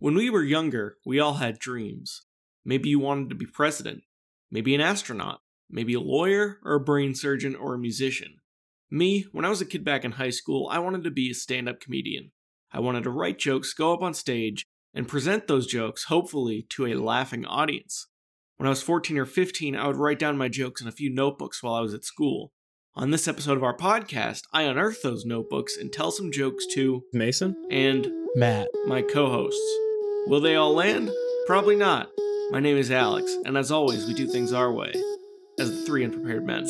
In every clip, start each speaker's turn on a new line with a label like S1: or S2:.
S1: When we were younger, we all had dreams. Maybe you wanted to be president, maybe an astronaut, maybe a lawyer, or a brain surgeon, or a musician. Me, when I was a kid back in high school, I wanted to be a stand up comedian. I wanted to write jokes, go up on stage, and present those jokes, hopefully, to a laughing audience. When I was 14 or 15, I would write down my jokes in a few notebooks while I was at school. On this episode of our podcast, I unearth those notebooks and tell some jokes to
S2: Mason?
S1: and
S3: Matt.
S1: my co hosts. Will they all land? Probably not. My name is Alex, and as always, we do things our way, as the three unprepared men.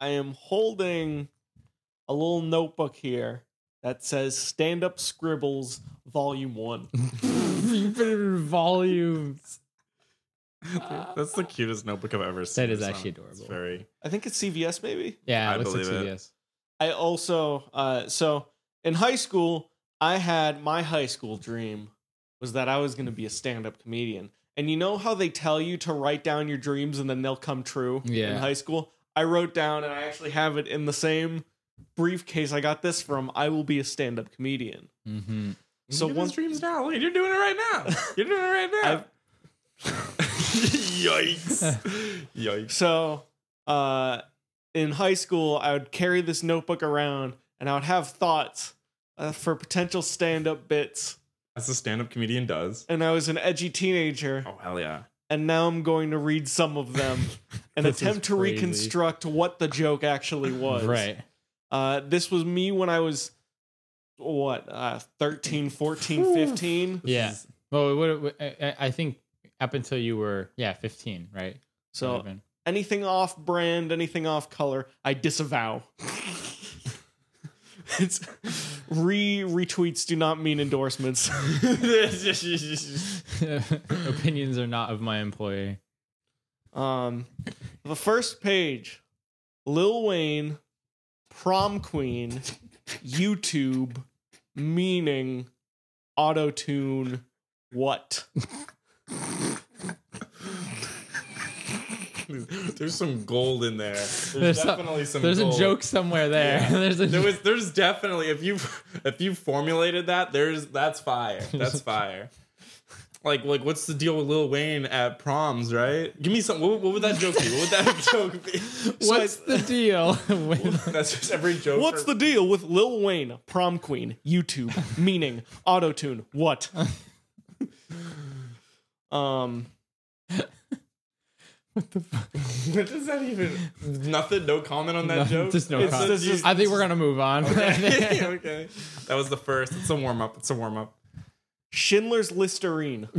S1: I am holding a little notebook here that says Stand Up Scribbles Volume 1.
S3: you put it in volumes.
S2: That's the cutest notebook I've ever seen.
S3: That is
S2: It's
S3: actually
S2: not- It's
S3: adorable.
S2: very.
S1: I think it's CVS, maybe?
S3: Yeah, it
S2: I
S3: looks like
S2: believe it.
S3: CVS.
S1: I also uh so in high school I had my high school dream was that I was going to be a stand-up comedian. And you know how they tell you to write down your dreams and then they'll come true in
S3: Yeah.
S1: high school? I wrote down and I actually have it in the same briefcase I got this from. I will be a stand-up comedian.
S3: Mm-hmm.
S1: So
S2: Give us
S1: one-
S2: dreams now. Like, you're doing it right now. You're doing it right now.
S1: I've-
S2: Yikes! Yikes!
S1: So uh in high school I would carry this notebook around and I would have thoughts uh, for potential stand-up bits
S2: As a stand-up comedian does.
S1: and I was an edgy teenager.
S2: Oh hell yeah!
S1: and now I'm going to read some of them and
S3: This is
S1: attempt to
S3: crazy.
S1: reconstruct what the joke actually was.
S3: Right.
S1: Uh, this was me when I was, what, uh, 13, 14, 15?
S2: This
S3: Yeah.
S2: is-
S3: Well, it would, would- I- I I think up until you were yeah 15, right?
S1: So
S3: 11.
S1: anything off brand, anything off color, I disavow. it's re retweets do not mean endorsements.
S3: opinions are not of my employer.
S1: Um, the first page, Lil Wayne, prom queen, YouTube, meaning, auto tune, what?
S2: there's some gold in there. There's,
S3: There's some-
S2: definitely some.
S3: There's
S2: gold.
S3: a joke somewhere there.
S2: Yeah.
S3: there's a
S2: There was. There's definitely if you if you formulated that. There's that's fire. That's fire. Like like what's the deal with Lil Wayne at proms? Right? Give me some. What, what would that joke be? What would that joke be?
S3: what's
S2: So I-
S3: the deal? with-
S2: That's just every joke.
S1: What's the deal with Lil Wayne, prom queen, YouTube, meaning, auto tune, what? Um,
S2: What does that even? Nothing. No comment on that
S3: No,
S2: joke.
S3: just no
S2: It's
S3: comment.
S2: just-
S1: This is-
S3: I think we're gonna move on.
S2: okay. okay. That was the first. It's a warm up. It's a warm up.
S1: Schindler's Listerine.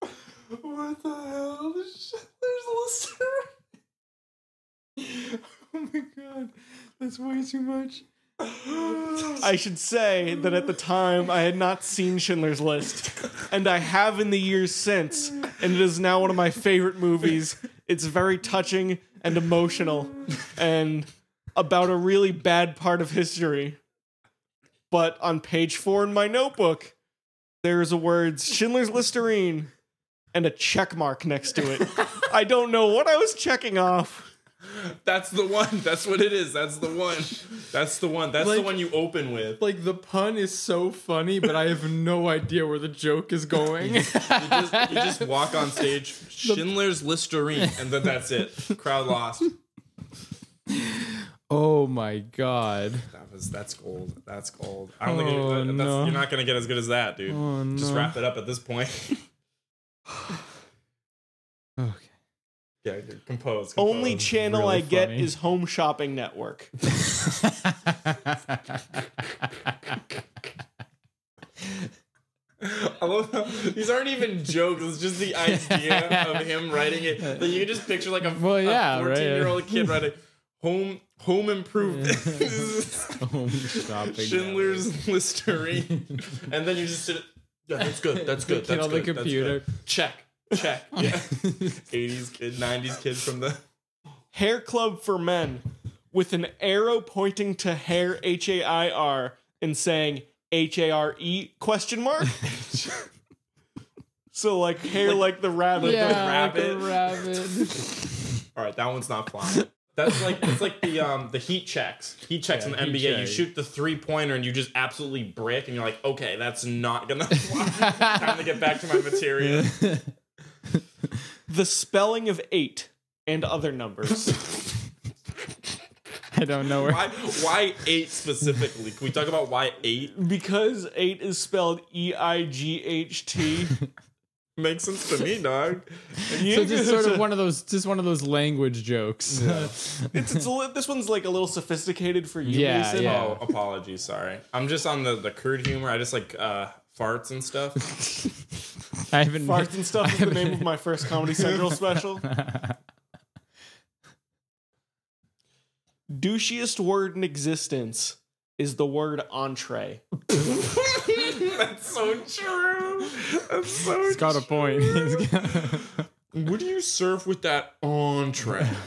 S2: What the hell? There's a listener. Oh my god. That's way too much.
S1: I should say that at the time I had not seen Schindler's List, and I have in the years since, and it is now one of my favorite movies. It's very touching and emotional, and about a really bad part of history. But on page four in my notebook, there is a word Schindler's Listerine and a check mark next to it. I don't know what I was checking off.
S2: That's the one. That's what it is. That's the one. That's the one. That's the
S3: Like-
S2: one you open with.
S3: like the pun is so funny, but I have no idea where the joke is going.
S2: You just, you just walk on stage, Schindler's Listerine, and then that's it. Crowd lost.
S3: oh my god.
S2: That was that's gold. That's gold. I don't think
S3: Oh,
S2: it- that- that's,
S3: no.
S2: you're not gonna get as good as that, dude.
S3: Oh no.
S2: Just wrap it up at this point.
S3: Okay.
S2: yeah, dude, compose. compose.
S1: Only channel
S3: really
S1: I get
S3: funny.
S1: is Home Shopping Network.
S2: I love how these aren't even jokes. It's just the idea of him writing it. That you can just picture like a
S4: Well, yeah, right.
S2: fourteen-year-old kid writing home home improvement.
S4: Home shopping.
S2: Schindler's Listerine, and then you just sit. Yeah, that's good. That's good.
S4: Kid
S2: That's
S4: on the
S2: good. that's
S4: computer.
S2: good. Check. Check. Yeah. 80s kid, 90s kid from the.
S1: Hair Club for Men with an arrow pointing to hair H A I R and saying H A R E question mark. so like hair like, the rabbit.
S4: Yeah, like a
S2: rabbit.
S4: rabbit.
S2: All right, that one's not flying. That's like it's like the um the heat checks. Heat checks
S4: Yeah,
S2: in the
S4: heat
S2: NBA. You
S4: check.
S2: shoot the three pointer and you just absolutely brick, and you're like, okay, that's not gonna fly. Time to get back to my material.
S1: The spelling of eight and other numbers.
S4: I don't know where.
S2: Why why eight specifically? Can we talk about why eight
S1: because eight is spelled E I G H T.
S2: makes sense to me, dog?
S4: So just sort of one of those, just one of those language jokes.
S1: It's, it's a li- this one's like a little sophisticated for you,
S4: Yeah,
S1: Mason.
S4: yeah.
S2: Oh, apologies, sorry. I'm just on the the crude humor. I just like uh farts and stuff.
S4: I haven't.
S1: Farts and stuff is the name of my first Comedy Central special. Douchiest word in existence is the word entree.
S2: That's so true. That's so
S4: He's got a point. He's got-
S2: What do you serve with that entree?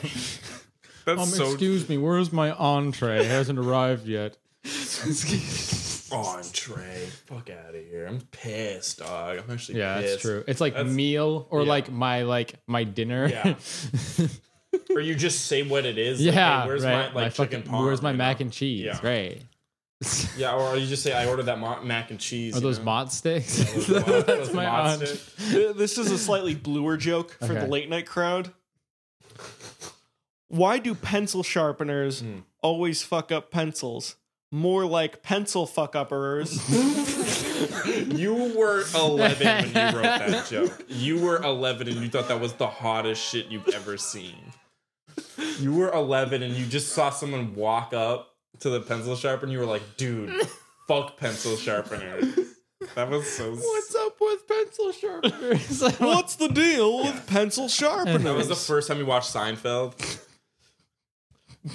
S2: That's
S4: um,
S2: so
S4: excuse me, where's my entree? It hasn't arrived yet.
S2: entree. Fuck out of here. I'm pissed, dog. I'm actually
S4: Yeah,
S2: pissed.
S4: that's true. It's like
S2: That's-
S4: meal or
S2: yeah.
S4: like my like my dinner.
S2: Yeah. Or you just say what it is. like,
S4: yeah.
S2: hey, where's
S4: right.
S2: my like chicken
S4: fucking-
S2: parm?
S4: Where's my
S2: you
S4: mac
S2: know?
S4: and cheese?
S2: Yeah.
S4: Right.
S2: Yeah, or you just say I ordered that mo- mac and cheese.
S4: Or
S2: you
S4: those
S2: know?
S4: mott sticks?
S2: Those mo- those
S4: my
S2: mod
S4: aunt.
S2: sticks.
S1: Th- This is a slightly bluer joke for the
S4: Okay.
S1: late night crowd. Why do pencil sharpeners
S4: Hmm.
S1: always fuck up pencils? More like pencil fuck upperers.
S2: You were 11 when you wrote that joke. You were 11 and you thought that was the hottest shit you've ever seen. You were 11 and you just saw someone walk up to the pencil sharpener and you were like, dude, fuck pencil sharpener. That was so.
S4: What's up with pencil sharpeners?
S1: What's the deal with pencil
S2: that was
S1: sharpeners?
S2: the first time you watched Seinfeld.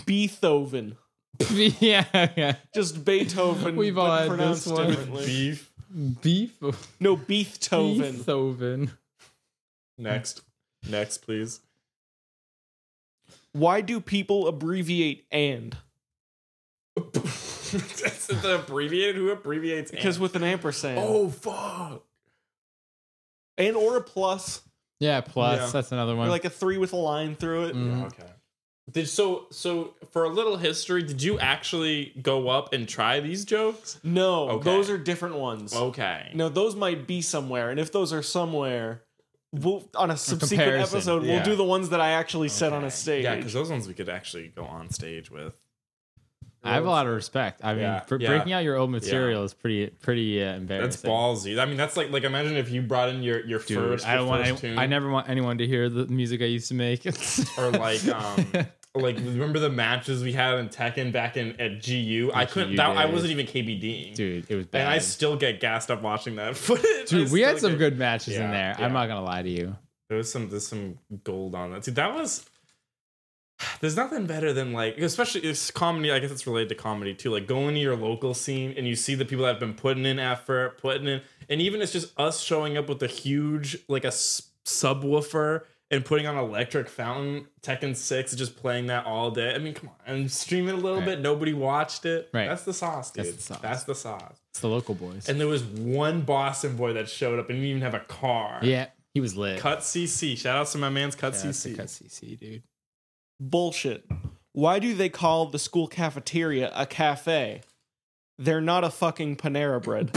S1: Beethoven.
S4: yeah, yeah.
S1: Just Beethoven.
S4: We've all
S1: but
S4: had this
S1: pronounced
S4: one.
S1: differently.
S2: Beef.
S4: Beef.
S1: No, Beethoven.
S4: Beethoven.
S2: Next. Next, please.
S1: Why do people abbreviate and?
S2: That's the abbreviated. Who abbreviates?
S1: Because
S2: and?
S1: with an ampersand
S2: Oh, fuck.
S1: and or a plus,
S4: Yeah. Plus,
S2: Yeah.
S4: that's another
S1: or
S4: one.
S1: like a three with a line through it.
S4: Mm.
S2: Yeah, okay. Mm-hmm. Did so so for a little history, did you actually go up and try these jokes?
S1: No,
S2: Okay.
S1: those are different ones.
S2: Okay.
S1: No, those might be somewhere, and if those are somewhere, we'll on a subsequent
S4: comparison,
S1: episode
S2: yeah.
S1: we'll do the ones that I actually said on a
S2: Okay.
S1: stage.
S2: Yeah, because those ones we could actually go on stage with.
S4: I have a lot of respect. I mean,
S2: Yeah,
S4: br-
S2: yeah.
S4: breaking out your old material is pretty, pretty uh, embarrassing.
S2: That's ballsy. I mean, that's like like imagine if you brought in your your
S4: Dude,
S2: first,
S4: I
S2: your
S4: don't want.
S2: first tune,
S4: I, I never want anyone to hear the music I used to make.
S2: or like um like remember the matches we had in Tekken back in at GU. I
S4: At
S2: couldn't.
S4: GU
S2: That, I
S4: days.
S2: wasn't even KBDing.
S4: dude, it was bad.
S2: and I still get gassed up watching that footage.
S4: dude,
S2: I
S4: we had
S2: still
S4: some
S2: get-
S4: good matches in
S2: Yeah,
S4: there.
S2: yeah.
S4: I'm not gonna lie to you.
S2: There's some there's some gold on that. Dude, that was there's nothing better than like especially it's comedy, I guess it's related to comedy too. Like going to your local scene and you see the people that have been putting in effort, putting in and even it's just us showing up with a huge like a s- subwoofer and putting on electric fountain Tekken 6 just playing that all day. I mean, come on. And stream it a little
S4: Right.
S2: bit, nobody watched it.
S4: Right.
S2: That's the sauce, dude.
S4: That's the sauce.
S2: That's the sauce.
S4: It's the local boys.
S2: And there was one Boston boy that showed up and didn't even have a car.
S4: yeah, he was lit.
S2: Cut CC. Shout out to my man's Cut
S4: yeah, that's the
S2: CC.
S4: cut CC, dude.
S1: Bullshit. Why do they call the school cafeteria a cafe? They're not a fucking Panera Bread.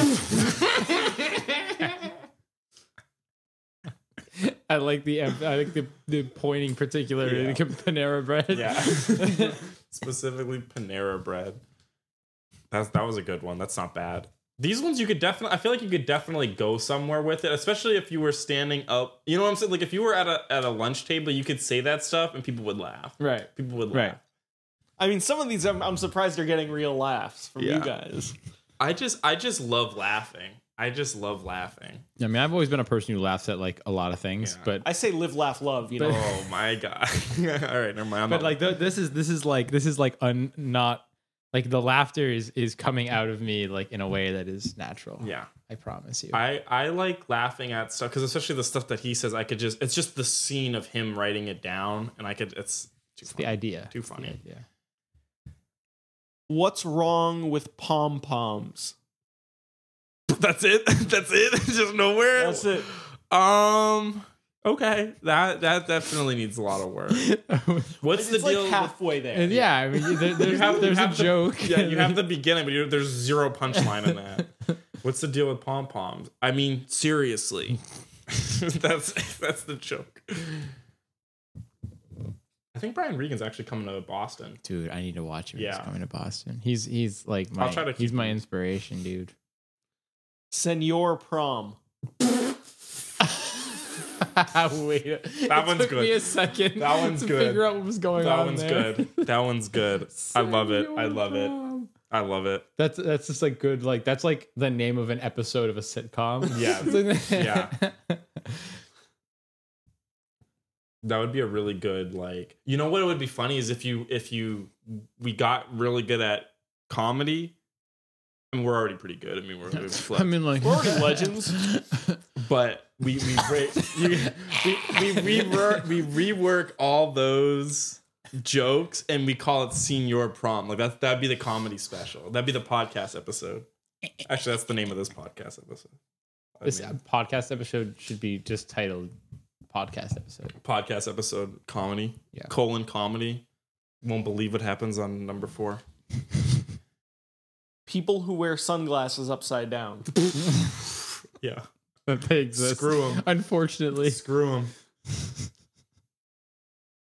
S4: I like the em- I like the, the pointing particularly
S2: Yeah.
S4: to Panera Bread.
S2: Yeah. Specifically Panera bread. That's that was a good one. That's not bad. These ones you could definitely I feel like you could definitely go somewhere with it, especially if you were standing up. You know what I'm saying? Like if you were at a at a lunch table, you could say that stuff and people would laugh.
S4: right.
S2: People would laugh.
S4: Right.
S1: I mean, some of these I'm, I'm surprised are getting real laughs from you
S2: Yeah.
S1: guys.
S2: I just I just love laughing. I just love laughing.
S4: I mean, I've always been a person who laughs at like a lot of things,
S2: Yeah.
S4: but
S5: I say live, laugh, love. You know,
S2: Oh my god! All right, never mind. I'm
S4: but
S2: not-
S4: like th- this is this is like this is like un not like the laughter is is coming out of me like in a way that is natural.
S2: yeah,
S4: I promise you.
S2: I I like laughing at stuff because especially the stuff that he says, I could just it's just the scene of him writing it down, and I could it's too
S4: it's
S2: funny.
S4: the idea.
S2: Too funny.
S4: Yeah.
S5: what's wrong with pom poms?
S2: That's it. That's it. It's just nowhere.
S5: That's it.
S2: Um. Okay. That that definitely needs a lot of work. What's
S5: It's
S2: the
S5: like
S2: deal? with-
S5: halfway there.
S4: and yeah, I mean, there,
S2: You
S4: there's,
S2: have- you
S4: there's
S2: have
S4: a
S2: the-
S4: joke.
S2: yeah, you have the beginning, but you there's zero punchline in that. What's the deal with pom poms? I mean, seriously, that's that's the joke. I think Brian Regan's actually coming to Boston.
S4: dude. I need to watch him.
S2: Yeah.
S4: He's coming to Boston. He's he's like my
S2: try to
S4: he's
S2: keep
S4: my
S2: him.
S4: inspiration, dude.
S5: Senor prom.
S4: Wait,
S2: That one's
S4: took
S2: good.
S4: Me a second.
S2: That one's
S4: to
S2: good.
S4: Figure Oh, out what was going
S2: That
S4: on.
S2: one's
S4: there.
S2: good. That one's good. I love it. I love it. I love it.
S4: That's that's just like good. Like that's like the name of an episode of a sitcom.
S2: Yeah.
S4: yeah.
S2: That would be a really good like. You know what would be funny is if you if you we got really good at comedy, and we're already pretty good. I mean, we're, we're
S4: I mean, like
S5: We're already legends.
S2: but we we re- you, we we rework we rework all those jokes and we call it senior prom like that that'd be the comedy special that'd be the podcast episode actually that's the name of this podcast episode I
S4: This
S2: mean,
S4: podcast episode should be just titled "Podcast Episode."
S2: podcast episode comedy
S4: Yeah.
S2: colon comedy won't believe what happens on number four
S5: People who wear sunglasses upside down.
S2: yeah
S4: That they exist.
S2: Screw 'em.
S4: Unfortunately,
S2: screw him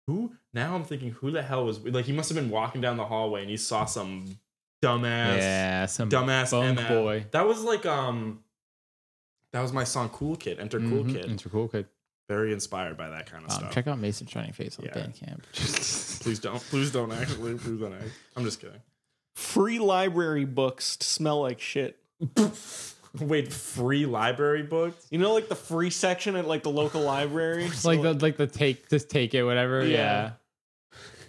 S2: who now i'm thinking who the hell was like he must have been walking down the hallway and he saw some dumbass
S4: yeah, some
S2: dumbass
S4: bum
S2: MF.
S4: boy.
S2: That was like um, that was my song "Cool Kid." Enter Cool
S4: Mhm.
S2: Kid.
S4: It's a cool kid.
S2: Very inspired by that kind of
S4: Um,
S2: stuff.
S4: check out Mason's Shining Face on
S2: Yeah.
S4: Bandcamp.
S2: please don't, please don't actually, please don't. Act. I'm just kidding.
S5: Free library books to smell like shit.
S2: Wait, free library books?
S5: You know, like the free section at like the local library.
S4: It's like the like the take just take it whatever.
S5: Yeah.
S4: Yeah.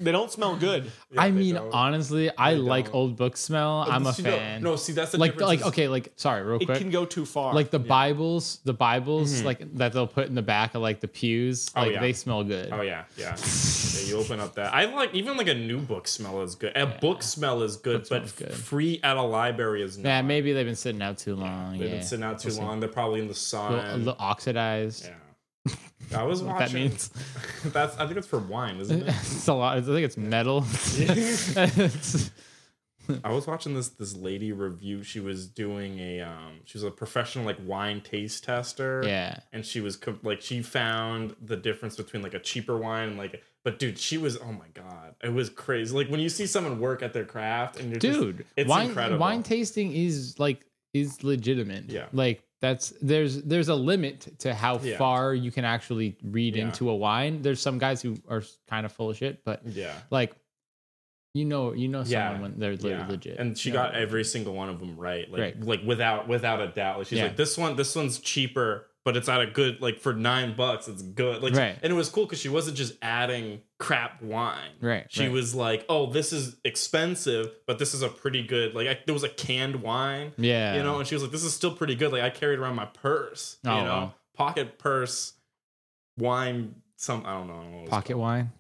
S5: they don't smell good.
S2: Yeah,
S4: I
S2: they
S4: mean,
S2: don't.
S4: honestly, I
S2: They
S4: like
S2: don't.
S4: old book smell. I'm a
S2: See, no-
S4: fan.
S2: No, see, that's the
S4: like
S2: difference
S4: like
S2: is-
S4: okay, like sorry, real
S5: It
S4: quick.
S5: can go too far.
S4: like the Bibles, the Bibles like that they'll put in the back of like the pews,
S2: Mm-hmm. Oh,
S4: like
S2: yeah.
S4: they smell good.
S2: Oh yeah, yeah. Yeah, you open up that. I like even like a new book smell is good. A book smell is good,
S4: Book
S2: but
S4: smell's good.
S2: free at a library is not.
S4: Yeah, maybe they've been sitting out too long. Yeah,
S2: They've been sitting out too
S4: We'll see.
S2: long. They're probably in the
S4: A
S2: sun.
S4: little, a little oxidized.
S2: yeah. I was
S4: What
S2: watching.
S4: that means?
S2: That's I think it's for wine, isn't it?
S4: it's a lot. I think it's metal. It's-
S2: I was watching this this lady review. She was doing a um she was a professional like wine taste tester.
S4: yeah,
S2: And she was com- like she found the difference between like a cheaper wine and like but dude, she was oh my god. It was crazy. Like when you see someone work at their craft and you're just-
S4: dude.
S2: it's
S4: wine
S2: incredible.
S4: wine tasting is like is legitimate.
S2: Yeah.
S4: like that's there's there's a limit to how
S2: Yeah.
S4: far you can actually read
S2: Yeah.
S4: into a wine. There's some guys who are kind of full of shit, but
S2: yeah.
S4: like you know you know
S2: Yeah.
S4: someone when they're le-
S2: Yeah.
S4: legit
S2: And she
S4: Yeah.
S2: got every single one of them right. Like
S4: Right.
S2: like without without a doubt. Like she's
S4: Yeah.
S2: like this one this one's cheaper, but it's at a good like for 9 bucks it's good. Like
S4: Right.
S2: and it was cool cuz she wasn't just adding crap wine.
S4: right
S2: She
S4: right.
S2: was like, "Oh, this is expensive, but this is a pretty good like I, there was a canned wine,
S4: yeah
S2: you know." And she was like, "This is still pretty good. Like I carried around my purse,
S4: Oh,
S2: you know,
S4: wow.
S2: pocket purse, wine, some I don't know, I don't know what it's
S4: pocket
S2: called.
S4: wine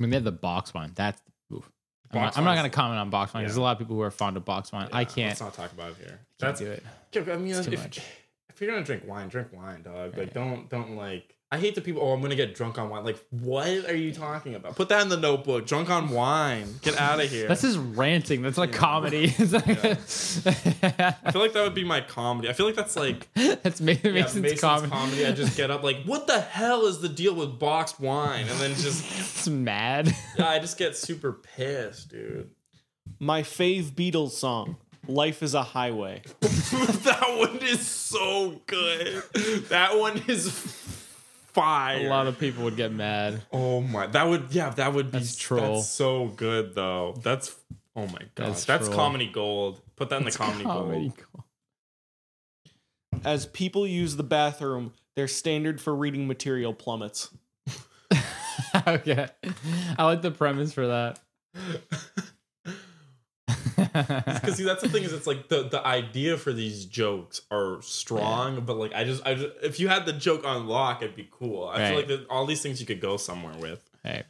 S4: i mean they have the box wine that's oof. I'm,
S2: Box
S4: not, I'm not
S2: wine's-
S4: gonna comment on box wine 'cause
S2: Yeah.
S4: there's a lot of people who are fond of box wine
S2: Yeah,
S4: i can't,
S2: Let's not talk about it here.
S4: can't
S2: That's
S4: do it
S2: I mean,
S4: It's too
S2: if,
S4: much.
S2: if you're gonna drink wine, drink wine, dog. Like
S4: Right.
S2: don't don't like. I hate the people. Oh, I'm gonna get drunk on wine. Like, what are you talking about? Put that in the notebook. Drunk on wine. Get out of here.
S4: that's just ranting that's like comedy it's like
S2: I feel like that would be my comedy. I feel like that's like
S4: that's Ma-
S2: yeah,
S4: mason's, comedy,
S2: I just get up like, what the hell is the deal with boxed wine? And then just
S4: it's mad
S2: I just get super pissed, dude.
S5: my fave Beatles song, "Life Is a Highway."
S2: that one is so good. That one is fire.
S4: a lot of people would get mad
S2: oh my, that would yeah, that would be
S4: That's troll.
S2: That's so good though. That's oh my god,
S4: That's
S2: that's,
S4: troll.
S2: comedy gold. Put that in the comedy,
S4: comedy
S2: gold.
S4: gold.
S5: As people use the bathroom, their standard for reading material plummets.
S4: okay. I like the premise for that.
S2: Because see, that's the thing is, it's like the the idea for these jokes are strong, but like I just, I just, if you had the joke on lock, it'd be cool. I feel
S4: Right.
S2: like that all these things you could go somewhere with.
S4: Right.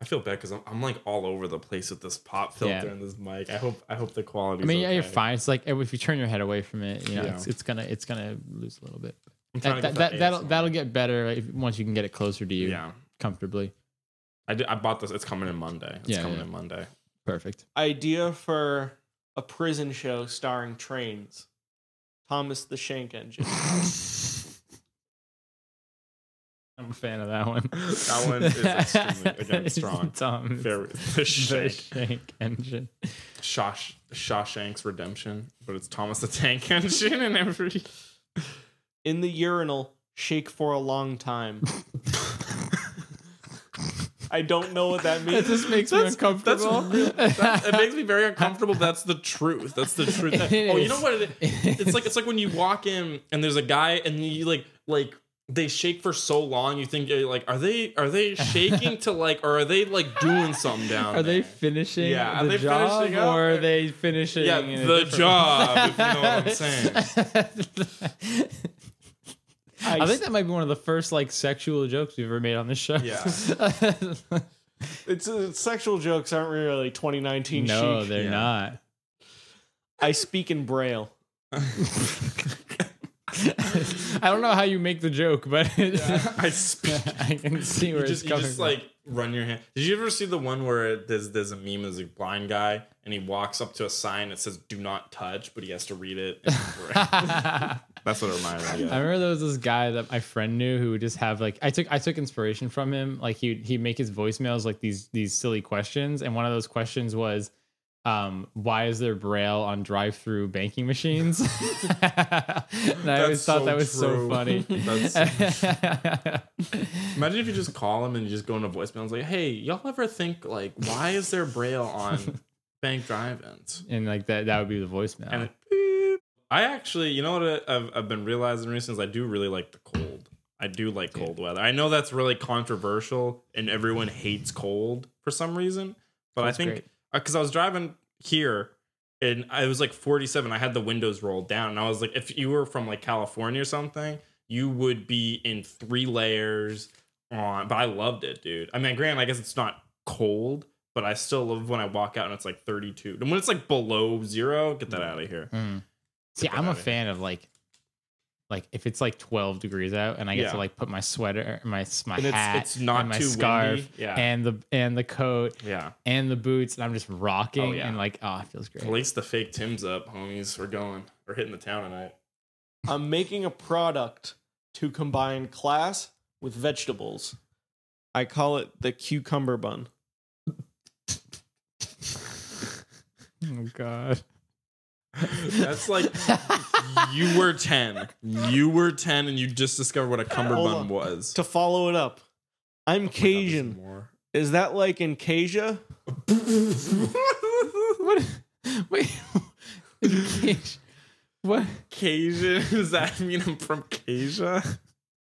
S2: I feel bad because I'm, I'm like all over the place with this pop filter
S4: Yeah.
S2: and this mic. I hope I hope the quality.
S4: I mean, yeah, you're fine. It's like if you turn your head away from it, you know,
S2: Yeah.
S4: it's, it's gonna it's gonna lose a little bit.
S2: I'm
S4: That,
S2: trying to
S4: that,
S2: get
S4: that,
S2: that
S4: that'll that'll get better if, once you can get it closer to you
S2: yeah.
S4: comfortably.
S2: I did, I bought this. It's coming in Monday. It's
S4: Yeah,
S2: coming
S4: yeah.
S2: in Monday.
S4: Perfect.
S5: Idea for a prison show starring trains. Thomas the Shank Engine.
S4: I'm a fan of that one.
S2: That one is extremely, again, strong.
S4: Tom is
S2: Very the
S4: the
S2: shank,
S4: shank engine.
S2: Shawsh, Shawshank's Redemption, but it's Thomas the Tank Engine and every.
S5: In the urinal, shake for a long time. I don't know what that
S4: That
S5: means.
S4: just makes me
S2: That's- That's
S4: uncomfortable.
S2: real, that's, it makes me very uncomfortable. That's the truth. That's the truth.
S4: It
S2: oh, you
S4: is.
S2: know what? It, it's like it's like when you walk in and there's a guy and you like like they shake for so long. You think you're like, are they are they shaking to like or are they like doing something down?
S4: Are they
S2: there?
S4: finishing
S2: Yeah, are
S4: the
S2: they
S4: job
S2: finishing up?
S4: or are they finishing?
S2: Yeah,
S4: in a
S2: the
S4: different-
S2: job. if you know what I'm saying.
S4: I think that might be one of the first like sexual jokes we've ever made on this show.
S2: Yeah.
S5: It's, uh, sexual jokes aren't really 2019
S4: no,
S5: chic.
S4: they're
S2: Yeah.
S4: not.
S5: I speak in braille.
S4: I don't know how you make the joke, but
S2: I speak.
S4: I can see where
S2: You just,
S4: it's
S2: you
S4: coming
S2: just
S4: from.
S2: like run your hand. Did you ever see the one where there's there's a meme there's a blind guy and he walks up to a sign that says "Do not touch," but he has to read it. in Braille? That's what it reminded me.
S4: I
S2: of.
S4: remember there was this guy that my friend knew who would just have like I took I took inspiration from him. Like he would he'd make his voicemails like these these silly questions, and one of those questions was, um, "Why is there braille on drive-through banking machines?" and I always thought
S2: so
S4: that was so
S2: true.
S4: funny.
S2: That's so Imagine if you just call him and you just go into voicemail and it's like, "Hey, y'all ever think like why is there braille on bank drive-ins?"
S4: and like that that would be the
S2: And
S4: voicemail.
S2: it, beep. I actually, you know what I- I've, I've been realizing recently is I do really like the cold. I do like cold weather. I know that's really controversial and everyone hates cold for some reason, but
S4: That's
S2: I think
S4: great.
S2: because Uh, I was driving here and I was like 47, I had the windows rolled down, and I was like, if you were from like California or something, you would be in three layers on. But I loved it, dude. I mean, granted, I guess it's not cold, but I still love when I walk out and it's like 32. And when it's like below zero, get that out of here.
S4: Mm. See,
S2: that
S4: I'm a
S2: outta here.
S4: fan of like. Like if it's like 12 degrees out and I get
S2: Yeah.
S4: to like put my sweater, my my
S2: And
S4: hat,
S2: it's, it's not
S4: and my
S2: too
S4: scarf,
S2: windy. Yeah.
S4: and the and the coat
S2: yeah.
S4: and the boots, and I'm just rocking
S2: yeah.
S4: and like, oh, it feels great.
S2: At least the fake Tim's up, homies. We're going. We're hitting the town tonight.
S5: I'm making a product to combine class with vegetables. I call it the cucumber bun.
S4: Oh god.
S2: That's like you were 10. You were 10 and you just discovered what a
S5: Hold
S2: cummerbund
S5: on.
S2: was.
S5: To follow it up,
S4: Oh
S5: I'm Cajun.
S2: More.
S5: Is that like in Casia?
S4: what? Wait. what?
S2: Cajun? Does that mean I'm from Casia?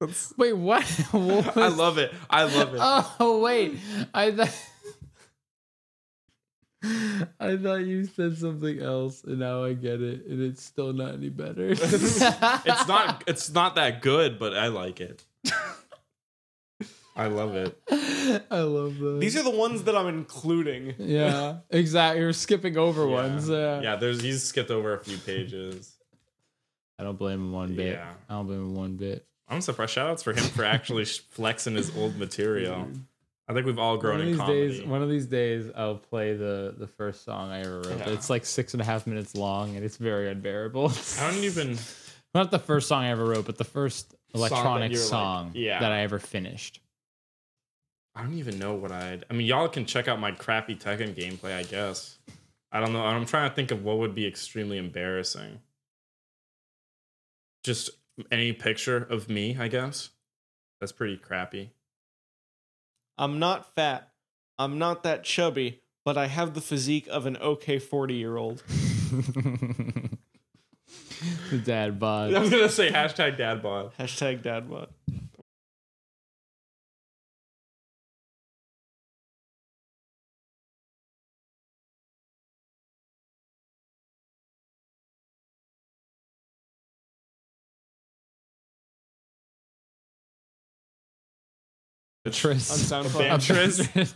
S2: That's,
S4: Wait. What? What
S2: I
S4: was-
S2: love it. I love it.
S4: Oh wait. I thought. I thought you said something else, and now I get it, and it's still not any better.
S2: it's not it's not that good, but I like it. I love it.
S4: I love that.
S5: These are the ones that I'm including.
S4: Yeah, exactly. You're skipping over ones. Yeah.
S2: Yeah, there's he's skipped over a few pages.
S4: I don't blame him one bit.
S2: Yeah.
S4: I don't blame him one bit.
S2: I'm surprised. Shout outs for him for actually sh- flexing his old material. I think we've all
S4: Mm.
S2: grown
S4: one of
S2: in
S4: these
S2: comedy.
S4: days, one of these days, I'll play the the first song I ever wrote. but
S2: Yeah.
S4: It's like six and a half minutes long, and it's very unbearable.
S2: I don't even.
S4: Not the first song I ever wrote, but the first electronic
S2: you're like-
S4: song,
S2: yeah.
S4: that I ever finished.
S2: I don't even know what I'd. I mean, y'all can check out my crappy Tekken gameplay. I guess. I don't know. I'm trying to think of what would be extremely embarrassing. Just any picture of me, I guess. That's pretty crappy.
S5: I'm not fat. I'm not that chubby, but I have the physique of an okay 40 year old.
S4: The dad bod.
S2: I was gonna say hashtag dad bod.
S1: Hashtag dad bod.
S4: Tris.
S1: On SoundCloud.
S4: A
S2: Tris.
S4: Tris.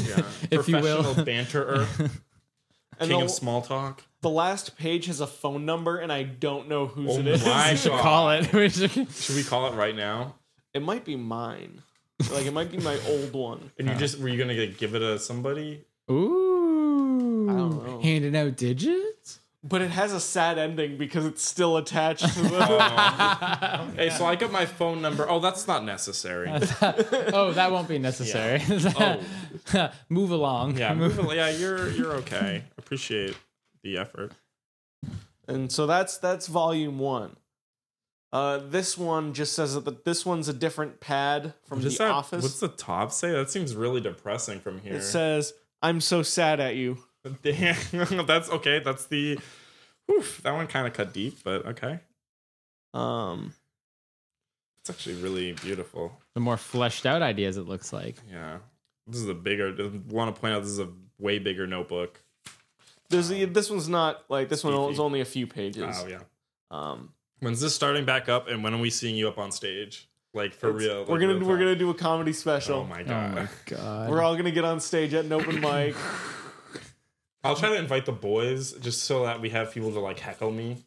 S2: Yeah.
S4: if you will.
S2: Professional banterer,
S1: And
S2: king
S1: the,
S2: of small talk.
S1: the last page has a phone number, and I don't know whose
S2: Oh
S1: it is.
S2: my
S4: should
S2: God.
S4: call it. We should-
S2: Should we call it right now?
S1: It might be mine. Like it might be my old one.
S2: And you
S4: Uh.
S2: just were you gonna like, give it to somebody?
S4: Ooh.
S1: I don't know.
S4: Handing out digits?
S1: But it has a sad ending because it's still attached to the.
S2: Oh. hey, so I got my phone number. Oh, that's not necessary.
S4: oh, that won't be necessary. Move along.
S2: Oh. Yeah,
S4: Move-
S2: move, yeah, you're you're okay. Appreciate the effort.
S1: and so that's that's volume one. Uh, this one just says that this one's a different pad from
S2: Does
S1: the
S2: that-
S1: office. uh,
S2: What's the top say? That seems really depressing from here.
S1: It says, "I'm so sad at you."
S2: Damn, that's okay. That's the. Oof, that one kind of cut deep, but okay.
S1: Um,
S2: It's actually really beautiful.
S4: The more fleshed out ideas, it looks like.
S2: Yeah, this is a bigger. Want to point out this is a way bigger notebook.
S1: there's the, this one's not like this one
S2: Beefy.
S1: is only a few pages.
S2: Oh yeah.
S1: Um,
S2: When's this starting back up, and when are we seeing you up on stage? Like for
S1: it's-
S2: real?
S1: we're
S2: like,
S1: gonna
S2: real
S1: we're
S2: time.
S1: gonna do a comedy special.
S2: Oh my
S4: Oh
S2: god!
S4: my god.
S1: we're all gonna get on stage at an open mic.
S2: I'll try to invite the boys just so that we have people to like heckle me.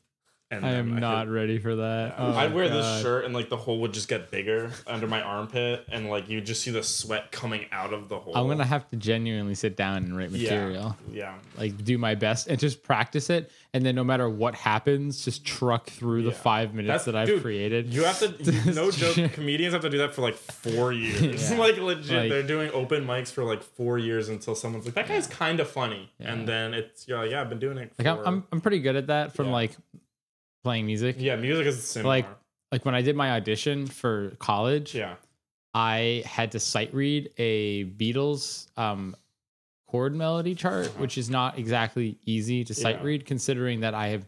S2: And
S4: I
S2: then
S4: am
S2: could-
S4: not ready for that. Oh
S2: I'd wear this
S4: God.
S2: shirt and like the hole would just get bigger under my armpit and like you just see the sweat coming out of the hole.
S4: I'm gonna have to genuinely sit down and write
S2: Yeah.
S4: material.
S2: Yeah.
S4: Like do my best and just practice it, and then no matter what happens, just truck through the
S2: Yeah.
S4: five minutes
S2: That's-
S4: that I've
S2: dude,
S4: created.
S2: You have to no joke comedians have to do that for like 4 years.
S4: Yeah.
S2: like legit
S4: Like-
S2: they're doing open mics for like 4 years until someone's like that guy's kind of funny
S4: Yeah.
S2: and then it's you're like yeah, I've been doing it for
S4: like I'm, I'm, I'm pretty good at that from
S2: Yeah.
S4: like playing music.
S2: Yeah, music is similar.
S4: Like like when I did my audition for college,
S2: yeah.
S4: I had to sight read a Beatles um, chord melody chart, which is not exactly easy to sight
S2: Yeah.
S4: read, considering that I have,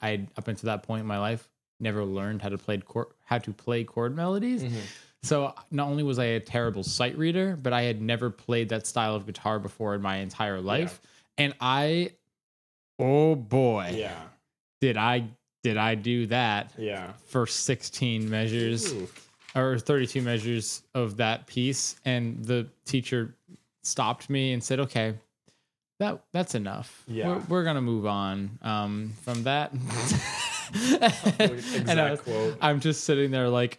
S4: I had, up until that point in my life never learned how to play chord, how to play chord melodies.
S2: Mm.
S4: So not only was I a terrible sight reader, but I had never played that style of guitar before in my entire life, and I, oh boy,
S2: Yeah.
S4: did I did I do that
S2: Yeah.
S4: for sixteen measures
S2: Ooh.
S4: or 32 measures of that piece and the teacher stopped me and said okay that that's enough
S2: Yeah.
S4: we're, we're gonna move on um from that and I
S2: Exact
S4: was,
S2: quote.
S4: i'm just sitting there like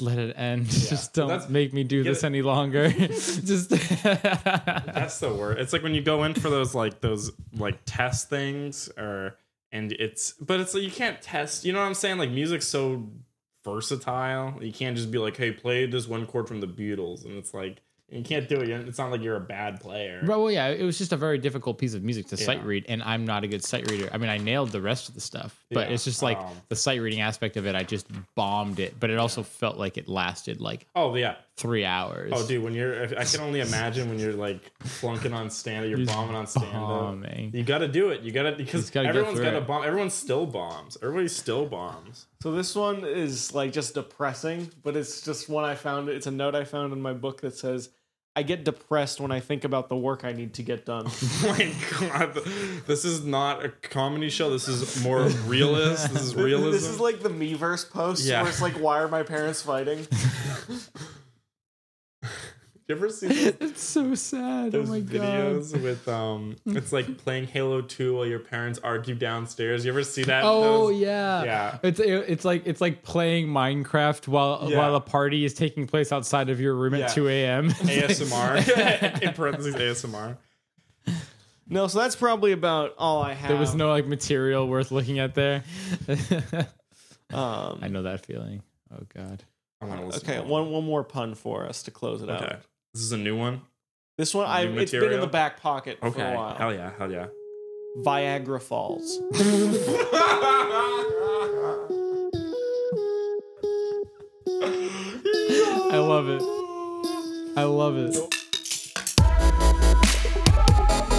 S4: let it end just don't
S2: That's-
S4: make me do
S2: get
S4: this
S2: it-
S4: any longer just
S2: That's the word. It's like when you go in for those like those like test things or and it's but it's like you can't test. You know what I'm saying? Like music's so versatile. You can't just be like, "Hey, play this one chord from the Beatles." And it's like you can't do it. You're- It's not like you're a bad player.
S4: But, well, yeah, it was just a very difficult piece of music to sight
S2: Yeah.
S4: read, and I'm not a good sight reader. I mean, I nailed the rest of the stuff, but
S2: Yeah,
S4: it's just like
S2: um,
S4: the sight reading aspect of it. I just bombed it, but it also felt like it lasted like
S2: Oh yeah.
S4: three hours.
S2: Oh dude, when you're I can only imagine when you're like flunking on stand, you're
S4: Just
S2: bombing on stand up.
S4: bombing.
S2: You got to do it. You got to because
S4: Just gotta get
S2: everyone's
S4: through
S2: got to
S4: it.
S2: bomb. Everyone still bombs. Everybody still bombs.
S1: So this one is like just depressing, but it's just one I found. It's a note I found in my book that says, "I get depressed when I think about the work I need to get done."
S2: my god this is not a comedy show this is more realist this is realism
S1: This is like the Meverse post
S2: Yeah.
S1: where it's like, "Why are my parents fighting?"
S2: you ever see those,
S4: It's so sad.
S2: those
S4: oh my god.
S2: videos with um it's like playing halo 2 while your parents argue downstairs you ever see that
S4: Oh
S2: Those-
S4: yeah,
S2: Yeah.
S4: It's it's like it's like playing Minecraft while
S2: Yeah.
S4: while a party is taking place outside of your room at
S2: Yeah.
S4: two a.m.
S2: asmr in parentheses asmr
S1: No, so that's probably about all I have.
S4: there was no like material worth looking at there.
S1: Um,
S4: I know that feeling. Oh god.
S2: i want to listen
S1: okay,
S2: to
S1: one one more pun for us to close it
S2: okay
S1: out.
S2: this is a new one
S1: This one, I
S2: New
S1: it's been in
S2: material?
S1: the back pocket for a
S2: okay
S1: while.
S2: hell yeah hell yeah
S1: Viagra Falls.
S4: I love it. I love it.